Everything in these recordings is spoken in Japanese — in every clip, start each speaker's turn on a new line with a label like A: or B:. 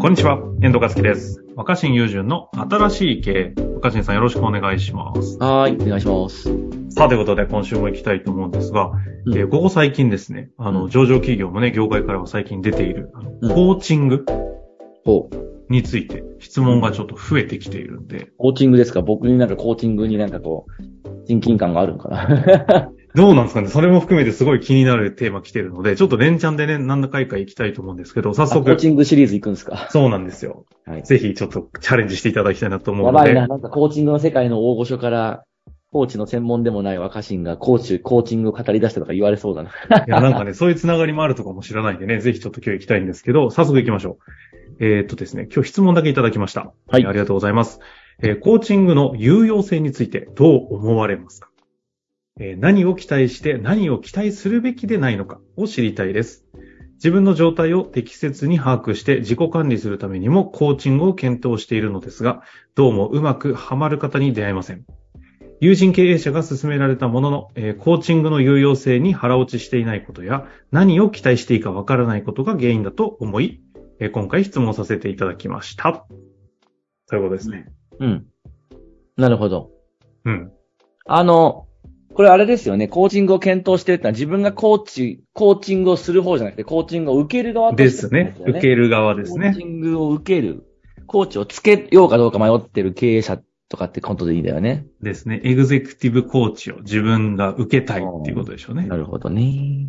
A: こんにちは、遠藤和樹です。若新雄純の新しい経営。若新さんよろしくお願いします。
B: はーい、お願いします。
A: さあ、ということで今週も行きたいと思うんですが、
B: うん
A: えーここ最近ですね、あの、
B: うん
A: 上場企業もね、業界からは最近出ている、あの
B: うん
A: コーチング
B: ほう。
A: について質問がちょっと増えてきているんで、
B: コーチングですか僕になんかコーチングになんかこう、親近感があるのかな
A: どうなんですかねそれも含めてすごい気になるテーマ来てるので、ちょっと連チャンでね、何回か行きたいと思うんですけど、早
B: あコー
A: 速、
B: チングシリーズ行くんですか
A: そうなんですよ。
B: はい。
A: ぜひちょっとチャレンジしていただきたいなと思
B: や
A: うの
B: ば
A: で。
B: いな、なんかコーチングの世界の大御所から、コーチの専門でもない若新がコーチ、コーチングを語り出したとか言われそうだな。
A: いや、なんかね、そういうつながりもあるとかも知らないんでね、ぜひちょっと今日行きたいんですけど、早速行きましょう。えーっとですね、今日質問だけいただきました。
B: はい
A: えーありがとうございます。えーコーチングの有用性についてどう思われますか、えー何を期待して何を期待するべきでないのかを知りたいです。自分の状態を適切に把握して自己管理するためにもコーチングを検討しているのですが、どうもうまくハマる方に出会えません。友人経営者が勧められたものの、えーコーチングの有用性に腹落ちしていないことや、何を期待していいかわからないことが原因だと思い、えー今回質問させていただきました。ということですね。
B: うん。なるほど。
A: うん。
B: あの、これあれですよね。コーチングを検討してるってのは自分がコーチ、コーチングをする方じゃなくて、コーチングを受ける側と
A: で
B: して
A: す
B: ってこと
A: ね。受ける側です
B: コー
A: ね。
B: チングを受ける、コーチをつけようかどうか迷ってる経営者とかってことでいいんだよね。
A: ですね。エグゼクティブコーチを自分が受けたいっていうことでしょうね
B: な。るほどね。い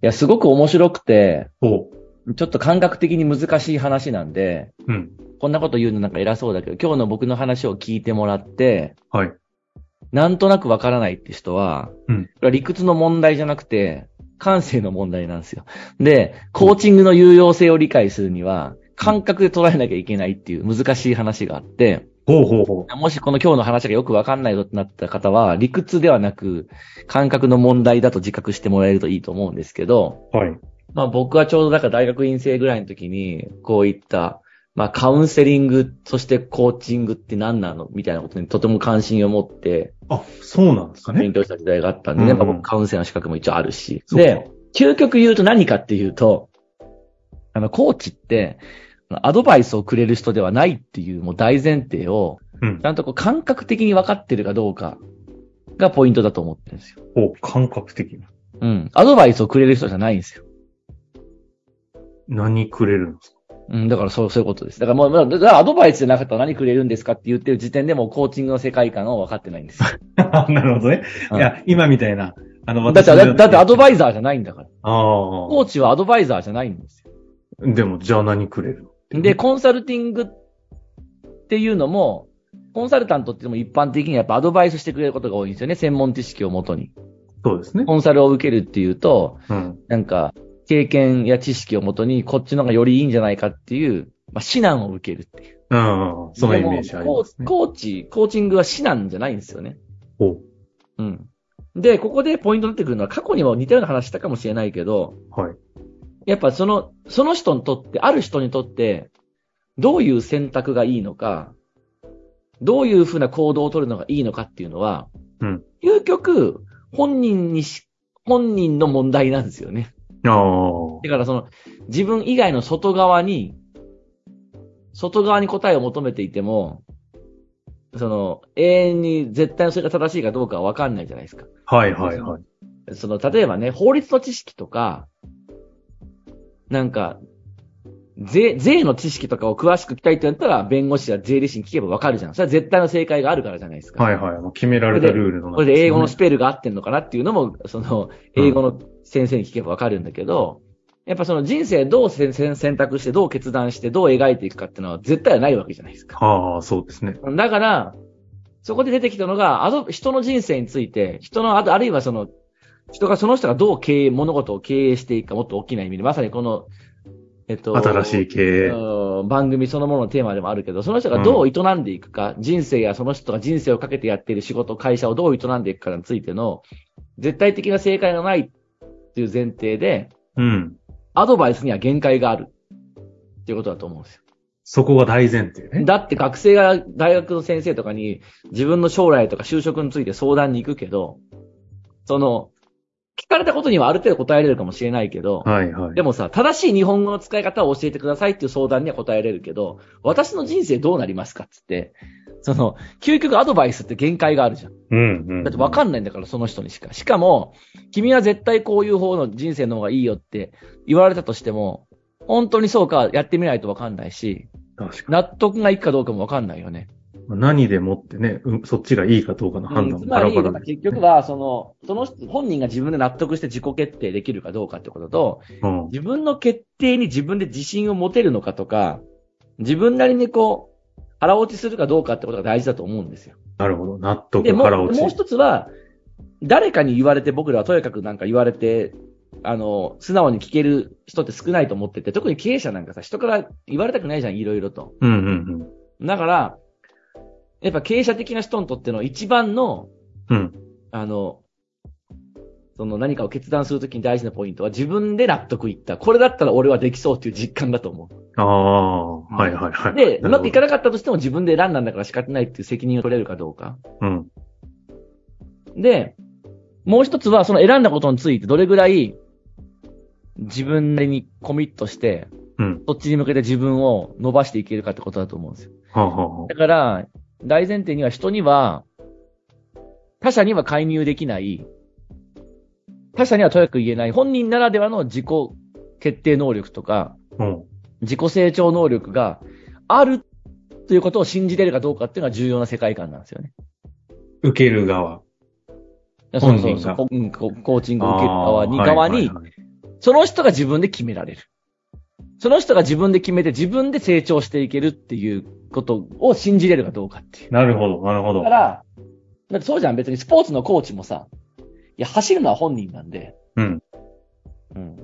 B: や、すごく面白くて、
A: ほ
B: ちょっと感覚的に難しい話なんで、
A: う。うん。
B: こんなこと言うのなんか偉そうだけど、今日の僕の話を聞いてもらって、
A: はい。
B: なんとなくわからないって人は、
A: うん
B: これは理屈の問題じゃなくて、感性の問題なんですよ。で、コーチングの有用性を理解するには、感覚で捉えなきゃいけないっていう難しい話があって、
A: ほうほうほ
B: もしこの今日の話がよくわかんないぞってなった方は、理屈ではなく、感覚の問題だと自覚してもらえるといいと思うんですけど、
A: う。はい。
B: まあ僕はちょうどだから大学院生ぐらいの時に、こういった、まあカウンセリング、そしてコーチングって何なのみたいなことにとても関心を持って
A: あ、そうなんですかね
B: 勉。強した時代があったんで
A: うん
B: ね、やっぱ僕カウンセラーの資格も一応あるし。
A: そうか
B: で、究極言うと何かっていうと、あの、コーチって、アドバイスをくれる人ではないっていうもう大前提を、
A: うん
B: ち。ゃんとこう感覚的に分かってるかどうかがポイントだと思ってるんですよ。
A: ほう、感覚的な。
B: うん。アドバイスをくれる人じゃないんですよ。
A: 何くれるんですか
B: うん、だからそう、そういうことです。だからもうまあ、だからアドバイスじゃなかったら何くれるんですかって言ってる時点でもうコーチングの世界観を分かってないんですよ。
A: なるほどね。いや、今みたいな。あの、
B: だって、だだってアド
A: イ
B: バイザーじゃないんだから。
A: ああ。
B: コーチはアドバイザーじゃないんですよ。
A: でも、じゃあ何くれる
B: で、コンサルティングっていうのも、コンサルタントっていうのも一般的にやっぱアドバイスしてくれることが多いんですよね。専門知識をもとに。
A: そうですね。
B: コンサルを受けるっていうと、
A: うん。
B: なんか、経験や知識をもとに、こっちの方がよりいいんじゃないかっていう、まあ、指南を受けるっていう。
A: うん。そのイメージあ
B: で
A: り
B: も
A: ますね。
B: コーコーチ、コーチングは指南じゃないんですよね。
A: ほう。
B: うん。で、ここでポイントになってくるのは、過去にも似たような話したかもしれないけど、
A: はい。
B: やっぱその、その人にとって、ある人にとって、どういう選択がいいのか、どういうふうな行動を取るのがいいのかっていうのは、
A: うん
B: 究極、本人にし、本人の問題なんですよね。
A: ああ。
B: だからその、自分以外の外側に、外側に答えを求めていても、その、永遠に絶対にそれが正しいかどうかはわかんないじゃないですか。
A: はいはいはい。
B: その、例えばね、法律の知識とか、なんか、税、税の知識とかを詳しく聞きたいってなったら、弁護士や税理士に聞けばわかるじゃん。それは絶対の正解があるからじゃないですか。
A: はいはい。もう決められたルールの中
B: これで英語の
A: す
B: スペルが合ってんのかなっていうのも、その、英語の先生に聞けばわかるんだけど、やっぱその人生どうせ選選択して、どう決断して、どう描いていくかっていうのは絶対はないわけじゃないです
A: ね
B: か。
A: ああ、そうですね。
B: だから、そこで出てきたのが、あの人の人生について、人の、あとあるいはその、人が、その人がどう経営、物事を経営していくか、もっと大きな意味で、まさにこの、えっと、
A: 新しい経営。
B: うん番組そのもののテーマでもあるけど、その人がどう営んでいくか、人生やその人が人生をかけてやっている仕事、会社をどう営んでいくかについての、絶対的な正解がないっていう前提で、
A: うん。
B: アドバイスには限界があるっていうことだと思うんですよ。
A: そこが大前提ね。
B: だって学生が大学の先生とかに自分の将来とか就職について相談に行くけど、その、聞かれたことにはある程度答えれるかもしれないけど、
A: はいはい。
B: でもさ、正しい日本語の使い方を教えてくださいっていう相談には答えれるけど、私の人生どうなりますかっつって、その、究極アドバイスって限界があるじゃん。
A: うんうん。
B: だってわかんないんだから、その人にしか。しかも、君は絶対こういう方の人生の方がいいよって言われたとしても、本当にそうか、やってみないとわかんないし、
A: 確か
B: 納得がいくかどうかもわかんないよね。
A: に。まあ何でもってね、うんそっちがいいかどうかの判断
B: つ
A: も
B: ま
A: バラ
B: り、
A: バ
B: だか
A: ラ
B: ら
A: で
B: 結局は、その、その人、本人が自分で納得して自己決定できるかどうかってことと、
A: うん。
B: 自分の決定に自分で自信を持てるのかとか、自分なりにこう、腹落ちするかどうかってことが大事だと思うんですよ。
A: なるほど。納
B: で、
A: 得、
B: もう
A: 腹落
B: もう
A: ち。
B: 一つは、誰かに言われて、僕らはとにかくなんか言われて、あの、素直に聞ける人って少ないと思ってて、特に経営者なんかさ、人から言われたくないじゃん、いろいろと。
A: うんうん
B: だから、やっぱ経営者的な人にとっての一番の、
A: うん。うん。
B: あの、その何かを決断するときに大事なポイントは自分で納得いった。これだったら俺はできそうっていう実感だと思う。
A: ああ、はいはいはい。
B: で、うまくいか
A: な
B: なかったとしても自分で選んだんだから仕方ないっていう責任を取れるかどうか。
A: るほどうん。
B: で、もう一つはその選んだことについてどれぐらい自分なりにコミットして、
A: うん。
B: そっちに向けて自分を伸ばしていけるかってことだと思うんですよ。
A: はあ、はあは
B: だから、大前提には人には、他者には介入できない、他者にはとやく言えない、本人ならではの自己決定能力とか、
A: あ、うん。
B: 自己成長能力があるということを信じれるかどうかっていうのが重要な世界観なんですよね。
A: 受ける側。
B: そう
A: 本
B: そう
A: 人
B: そう
A: が
B: コうんココーチングを受ける側に、
A: あー
B: 側に、
A: はいはいはい
B: その人が自分で決められる。その人が自分で決めて自分で成長していけるっていうことを信じれるかどうかっていう。
A: なるほど、なるほど。
B: だから、だってそうじゃん、別にスポーツのコーチもさ、いや、走るのは本人なんで、
A: うん。
B: うん。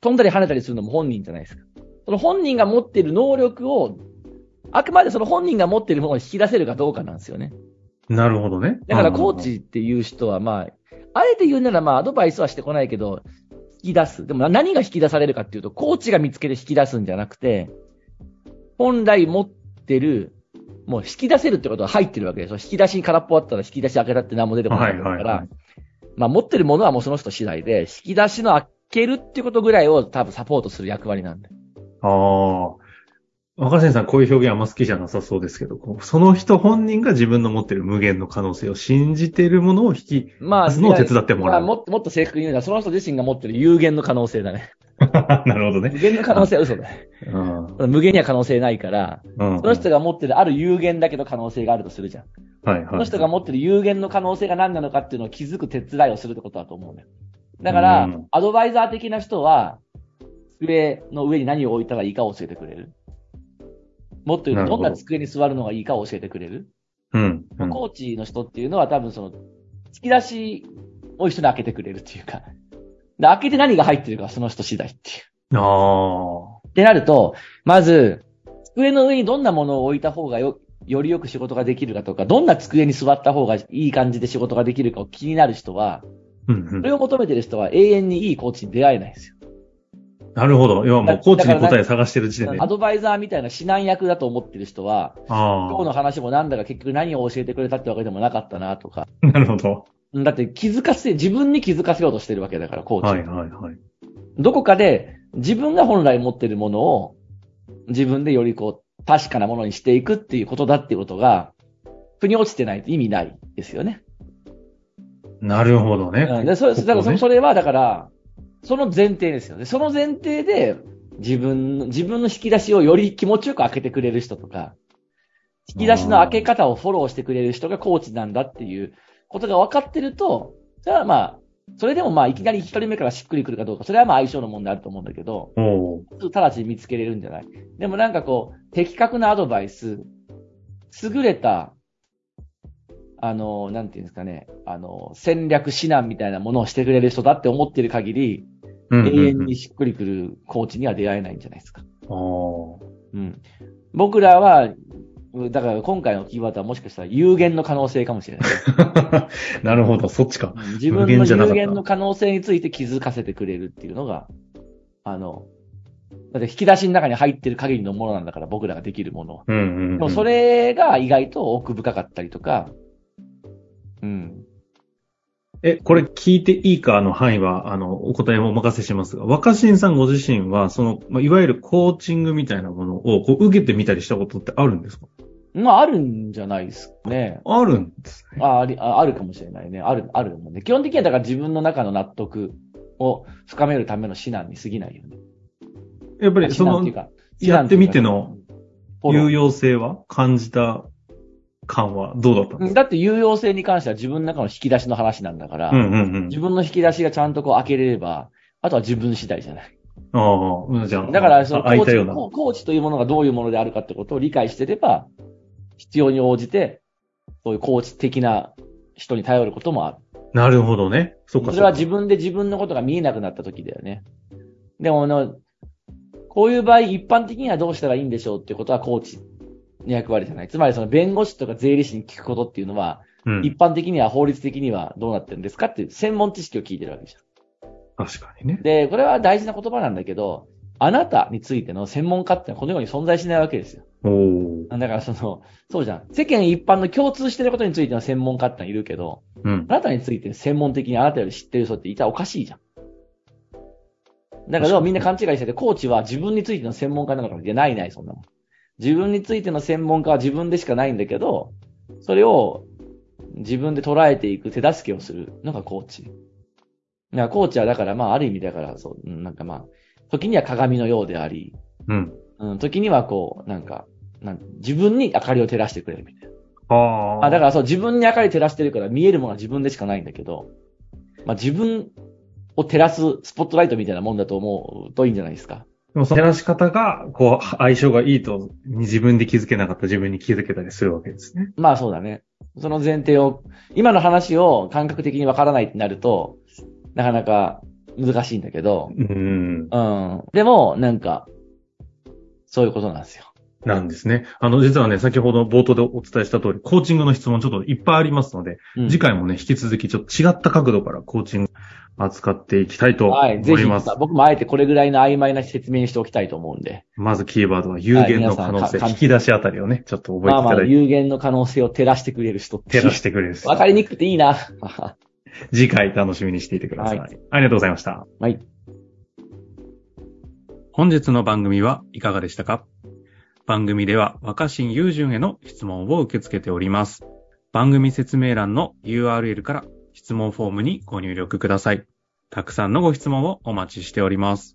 B: 飛んだり跳ねたりするのも本人じゃないですか。その本人が持っている能力を、あくまでその本人が持っているものを引き出せるかどうかなんですよね。
A: なるほどね。
B: だから
A: うん
B: コーチっていう人は、まあ、あえて言うならまあアドバイスはしてこないけど、引き出す。でもな何が引き出されるかっていうと、コーチが見つけて引き出すんじゃなくて、本来持ってる、もう引き出せるってことは入ってるわけでしょ。引き出しに空っぽあったら引き出し開けたって何も出てこないわけだから、
A: はいはいはい
B: まあ持ってるものはもうその人次第で、引き出しの開けるってことぐらいを多分サポートする役割なんで。
A: ああ。若新さん、こういう表現あんま好きじゃなさそうですけど、こうその人本人が自分の持ってる無限の可能性を信じているものを引き、
B: まあ、
A: のを手伝ってもらう
B: まあもっともっと正確に言うなら、その人自身が持ってる有限の可能性だね。
A: なるほどね。
B: 無限の可能性は嘘だ。
A: うん。うん。
B: 無限には可能性ないから、その人が持ってるある有限だけど可能性があるとするじゃん。
A: はいはい。
B: その人が持ってる有限の可能性が何なのかっていうのを気づく手伝いをするってことだと思うね。だから、
A: うん
B: アドバイザー的な人は、机の上に何を置いたらいいかを教えてくれる。もっと言うと、
A: なる
B: ど
A: ほ
B: ん
A: ど
B: な机に座るのがいいかを教えてくれる。
A: うん。うん
B: コーチの人っていうのは多分その、突き出しを一緒に開けてくれるっていうか、で開けて何が入ってるかはその人次第っていう。
A: ああ。
B: ってなると、まず、机の上にどんなものを置いた方がよ、よりよく仕事ができるかとか、どんな机に座った方がいい感じで仕事ができるかを気になる人は、
A: うんう
B: そ
A: ん
B: れ。を求めてる人は永遠にいいコーチに出会えないんですよ。
A: なるほど。要はもう
B: だ
A: コーチに
B: だから
A: 答え探してる時点で。
B: ア
A: あ
B: ドバイザーみたいな指南役だと思ってる人は、今日
A: あ
B: の話もなんだか結局何を教えてくれたってわけでもなかったなとか。
A: ー。なるほど。
B: だって気づかせ、自分に気づかせようとしてるわけだから、コーチは。
A: はいはいはい。
B: どこかで自分が本来持ってるものを自分でよりこう確かなものにしていくっていうことだっていうことが、腑に落ちてないと意味ないですよね。
A: なるほどね。
B: うん、でそれ
A: ここね
B: だからそそれはだから、その前提ですよね。その前提で自分の、自分の引き出しをより気持ちよく開けてくれる人とか、引き出しの開け方をフォローしてくれる人がコーチなんだっていうことが分かってると、それはまあ、それでもまあいきなり一人目からしっくりくるかどうか、それはまあ相性の問題あると思うんだけど、
A: おう
B: 直ちに見つけれるんじゃないでもなんかこう、的確なアドバイス、優れた、あの、なんていうんですかね、あの、戦略指南みたいなものをしてくれる人だって思ってる限り、
A: うんうんうん。
B: 永遠にしっくりくるコーチには出会えないんじゃないですか。
A: ああ。
B: うん。僕らは、うだから今回のキーワードはもしかしたら有限の可能性かもしれない。
A: なるほど。そっちか。
B: うん自分の
A: 無限じゃなか
B: 有
A: った
B: 限の可能性について気づかせてくれるっていうのが、あの、だって引き出しの中に入ってる限りのものなんだから僕らができるものは。
A: うんうん、うん。
B: でもそれが意外と奥深かったりとか、うん。
A: え、これ聞いていいかの範囲は、あの、お答えもお任せしますが、若新さんご自身は、その、まあ、いわゆるコーチングみたいなものを、こう、受けてみたりしたことってあるんですか
B: まあ、あるんじゃないですかね。
A: あるんですね。
B: あありああるかもしれないね。ある、あるもんね。基本的にはだから自分の中の納得を深めるための指南に過ぎないよね。
A: やっぱり、そ
B: 指南っ
A: の
B: ていう、か、
A: やってみての
B: 指南っていうか、
A: 有
B: 有
A: 用性は感じた感はどうだったんです
B: 用。
A: か
B: だって有用性に関しては自分の中の引き出しの話なんだから、
A: うんうんうん
B: 自。分の引き出しがちゃんとこう開けれれば、あとは自分次第じゃない。
A: ああ、じゃあ、
B: だから、その
A: あ
B: コ
A: 空いたよ
B: ー
A: う
B: チ
A: な。
B: ココーチというものがどういうものであるかってことを理解してれば、必要に応じて、そういうコーチ的な人に頼ることもある。
A: なるほどね。そっか
B: そ
A: そ
B: れ
A: っ
B: は
A: か。
B: 自分で自分のことが見えなくなった時だよね。でも、あの、こういう場合、一般的にはどうしたらいいんでしょうっていうことはコーチの役割じゃない。つまり、その弁護士とか税理士に聞くことっていうのは、
A: うん。
B: 一般的には法律的にはどうなってるんですかっていう専門知識を聞いてるわけじゃ
A: 確かにね
B: ん。。で、これは大事な言葉なんだけど、あなたについての専門家ってのはこの世に存在しないわけですよ。
A: おお。
B: だからその、そうじゃん。世間一般の共通してることについての専門家ってのはいるけど、
A: うん。
B: あなたについて専門的にあなたより知ってる人っていたらおかしいじゃん。だけどみんな勘違いしてて、コーチは自分についての専門家なのかもいやないない、そんなもん。自分についての専門家は自分でしかないんだけど、それを自分で捉えていく手助けをするのがコーチ。だからコーチはだからまあある意味だからそう、うんなんかまあ、時には鏡のようであり、
A: うん。
B: うん、時にはこう、なんか、なん自分に明かりを照らしてくれるみたいな。
A: ああ。
B: あだからそう、自分に明かり照らしてるから見えるものは自分でしかないんだけど、まあ自分を照らすスポットライトみたいなもんだと思うといいんじゃないですか。
A: でもその照らし方が、こう、相性がいいと、自分で気づけなかった自分に気づけたりするわけですね。
B: まあそうだね。その前提を、今の話を感覚的にわからないってなると、なかなか難しいんだけど、
A: うん。
B: うん。でも、なんか、そういうことなんですよ。
A: なんですね。あの、実はね、先ほど冒頭でお伝えした通り、コーチングの質問ちょっといっぱいありますので、
B: うん
A: 次回もね、引き続きちょっと違った角度からコーチング扱っていきたいと思
B: はい、ぜ
A: い
B: ひ
A: ます。
B: さ、僕もあえてこれぐらいの曖昧な説明にしておきたいと思うんで。
A: まずキーワードは有限の可能
B: はい皆さん
A: 性、
B: か
A: 引き出しあたりをね、ちょっと覚え
B: ま
A: て
B: あ
A: い
B: ま
A: ただ
B: あ、
A: いて、
B: 有限の可能性を照らしてくれる人っていう
A: 照らしてくれる。
B: わかりにくくていいな。
A: 次回楽しみにしていてください。
B: はい
A: ありがとうございました。
B: はい。
A: 本日の番組はいかがでしたか番組では若新雄純への質問を受け付けております。番組説明欄の URL から質問フォームにご入力ください。たくさんのご質問をお待ちしております。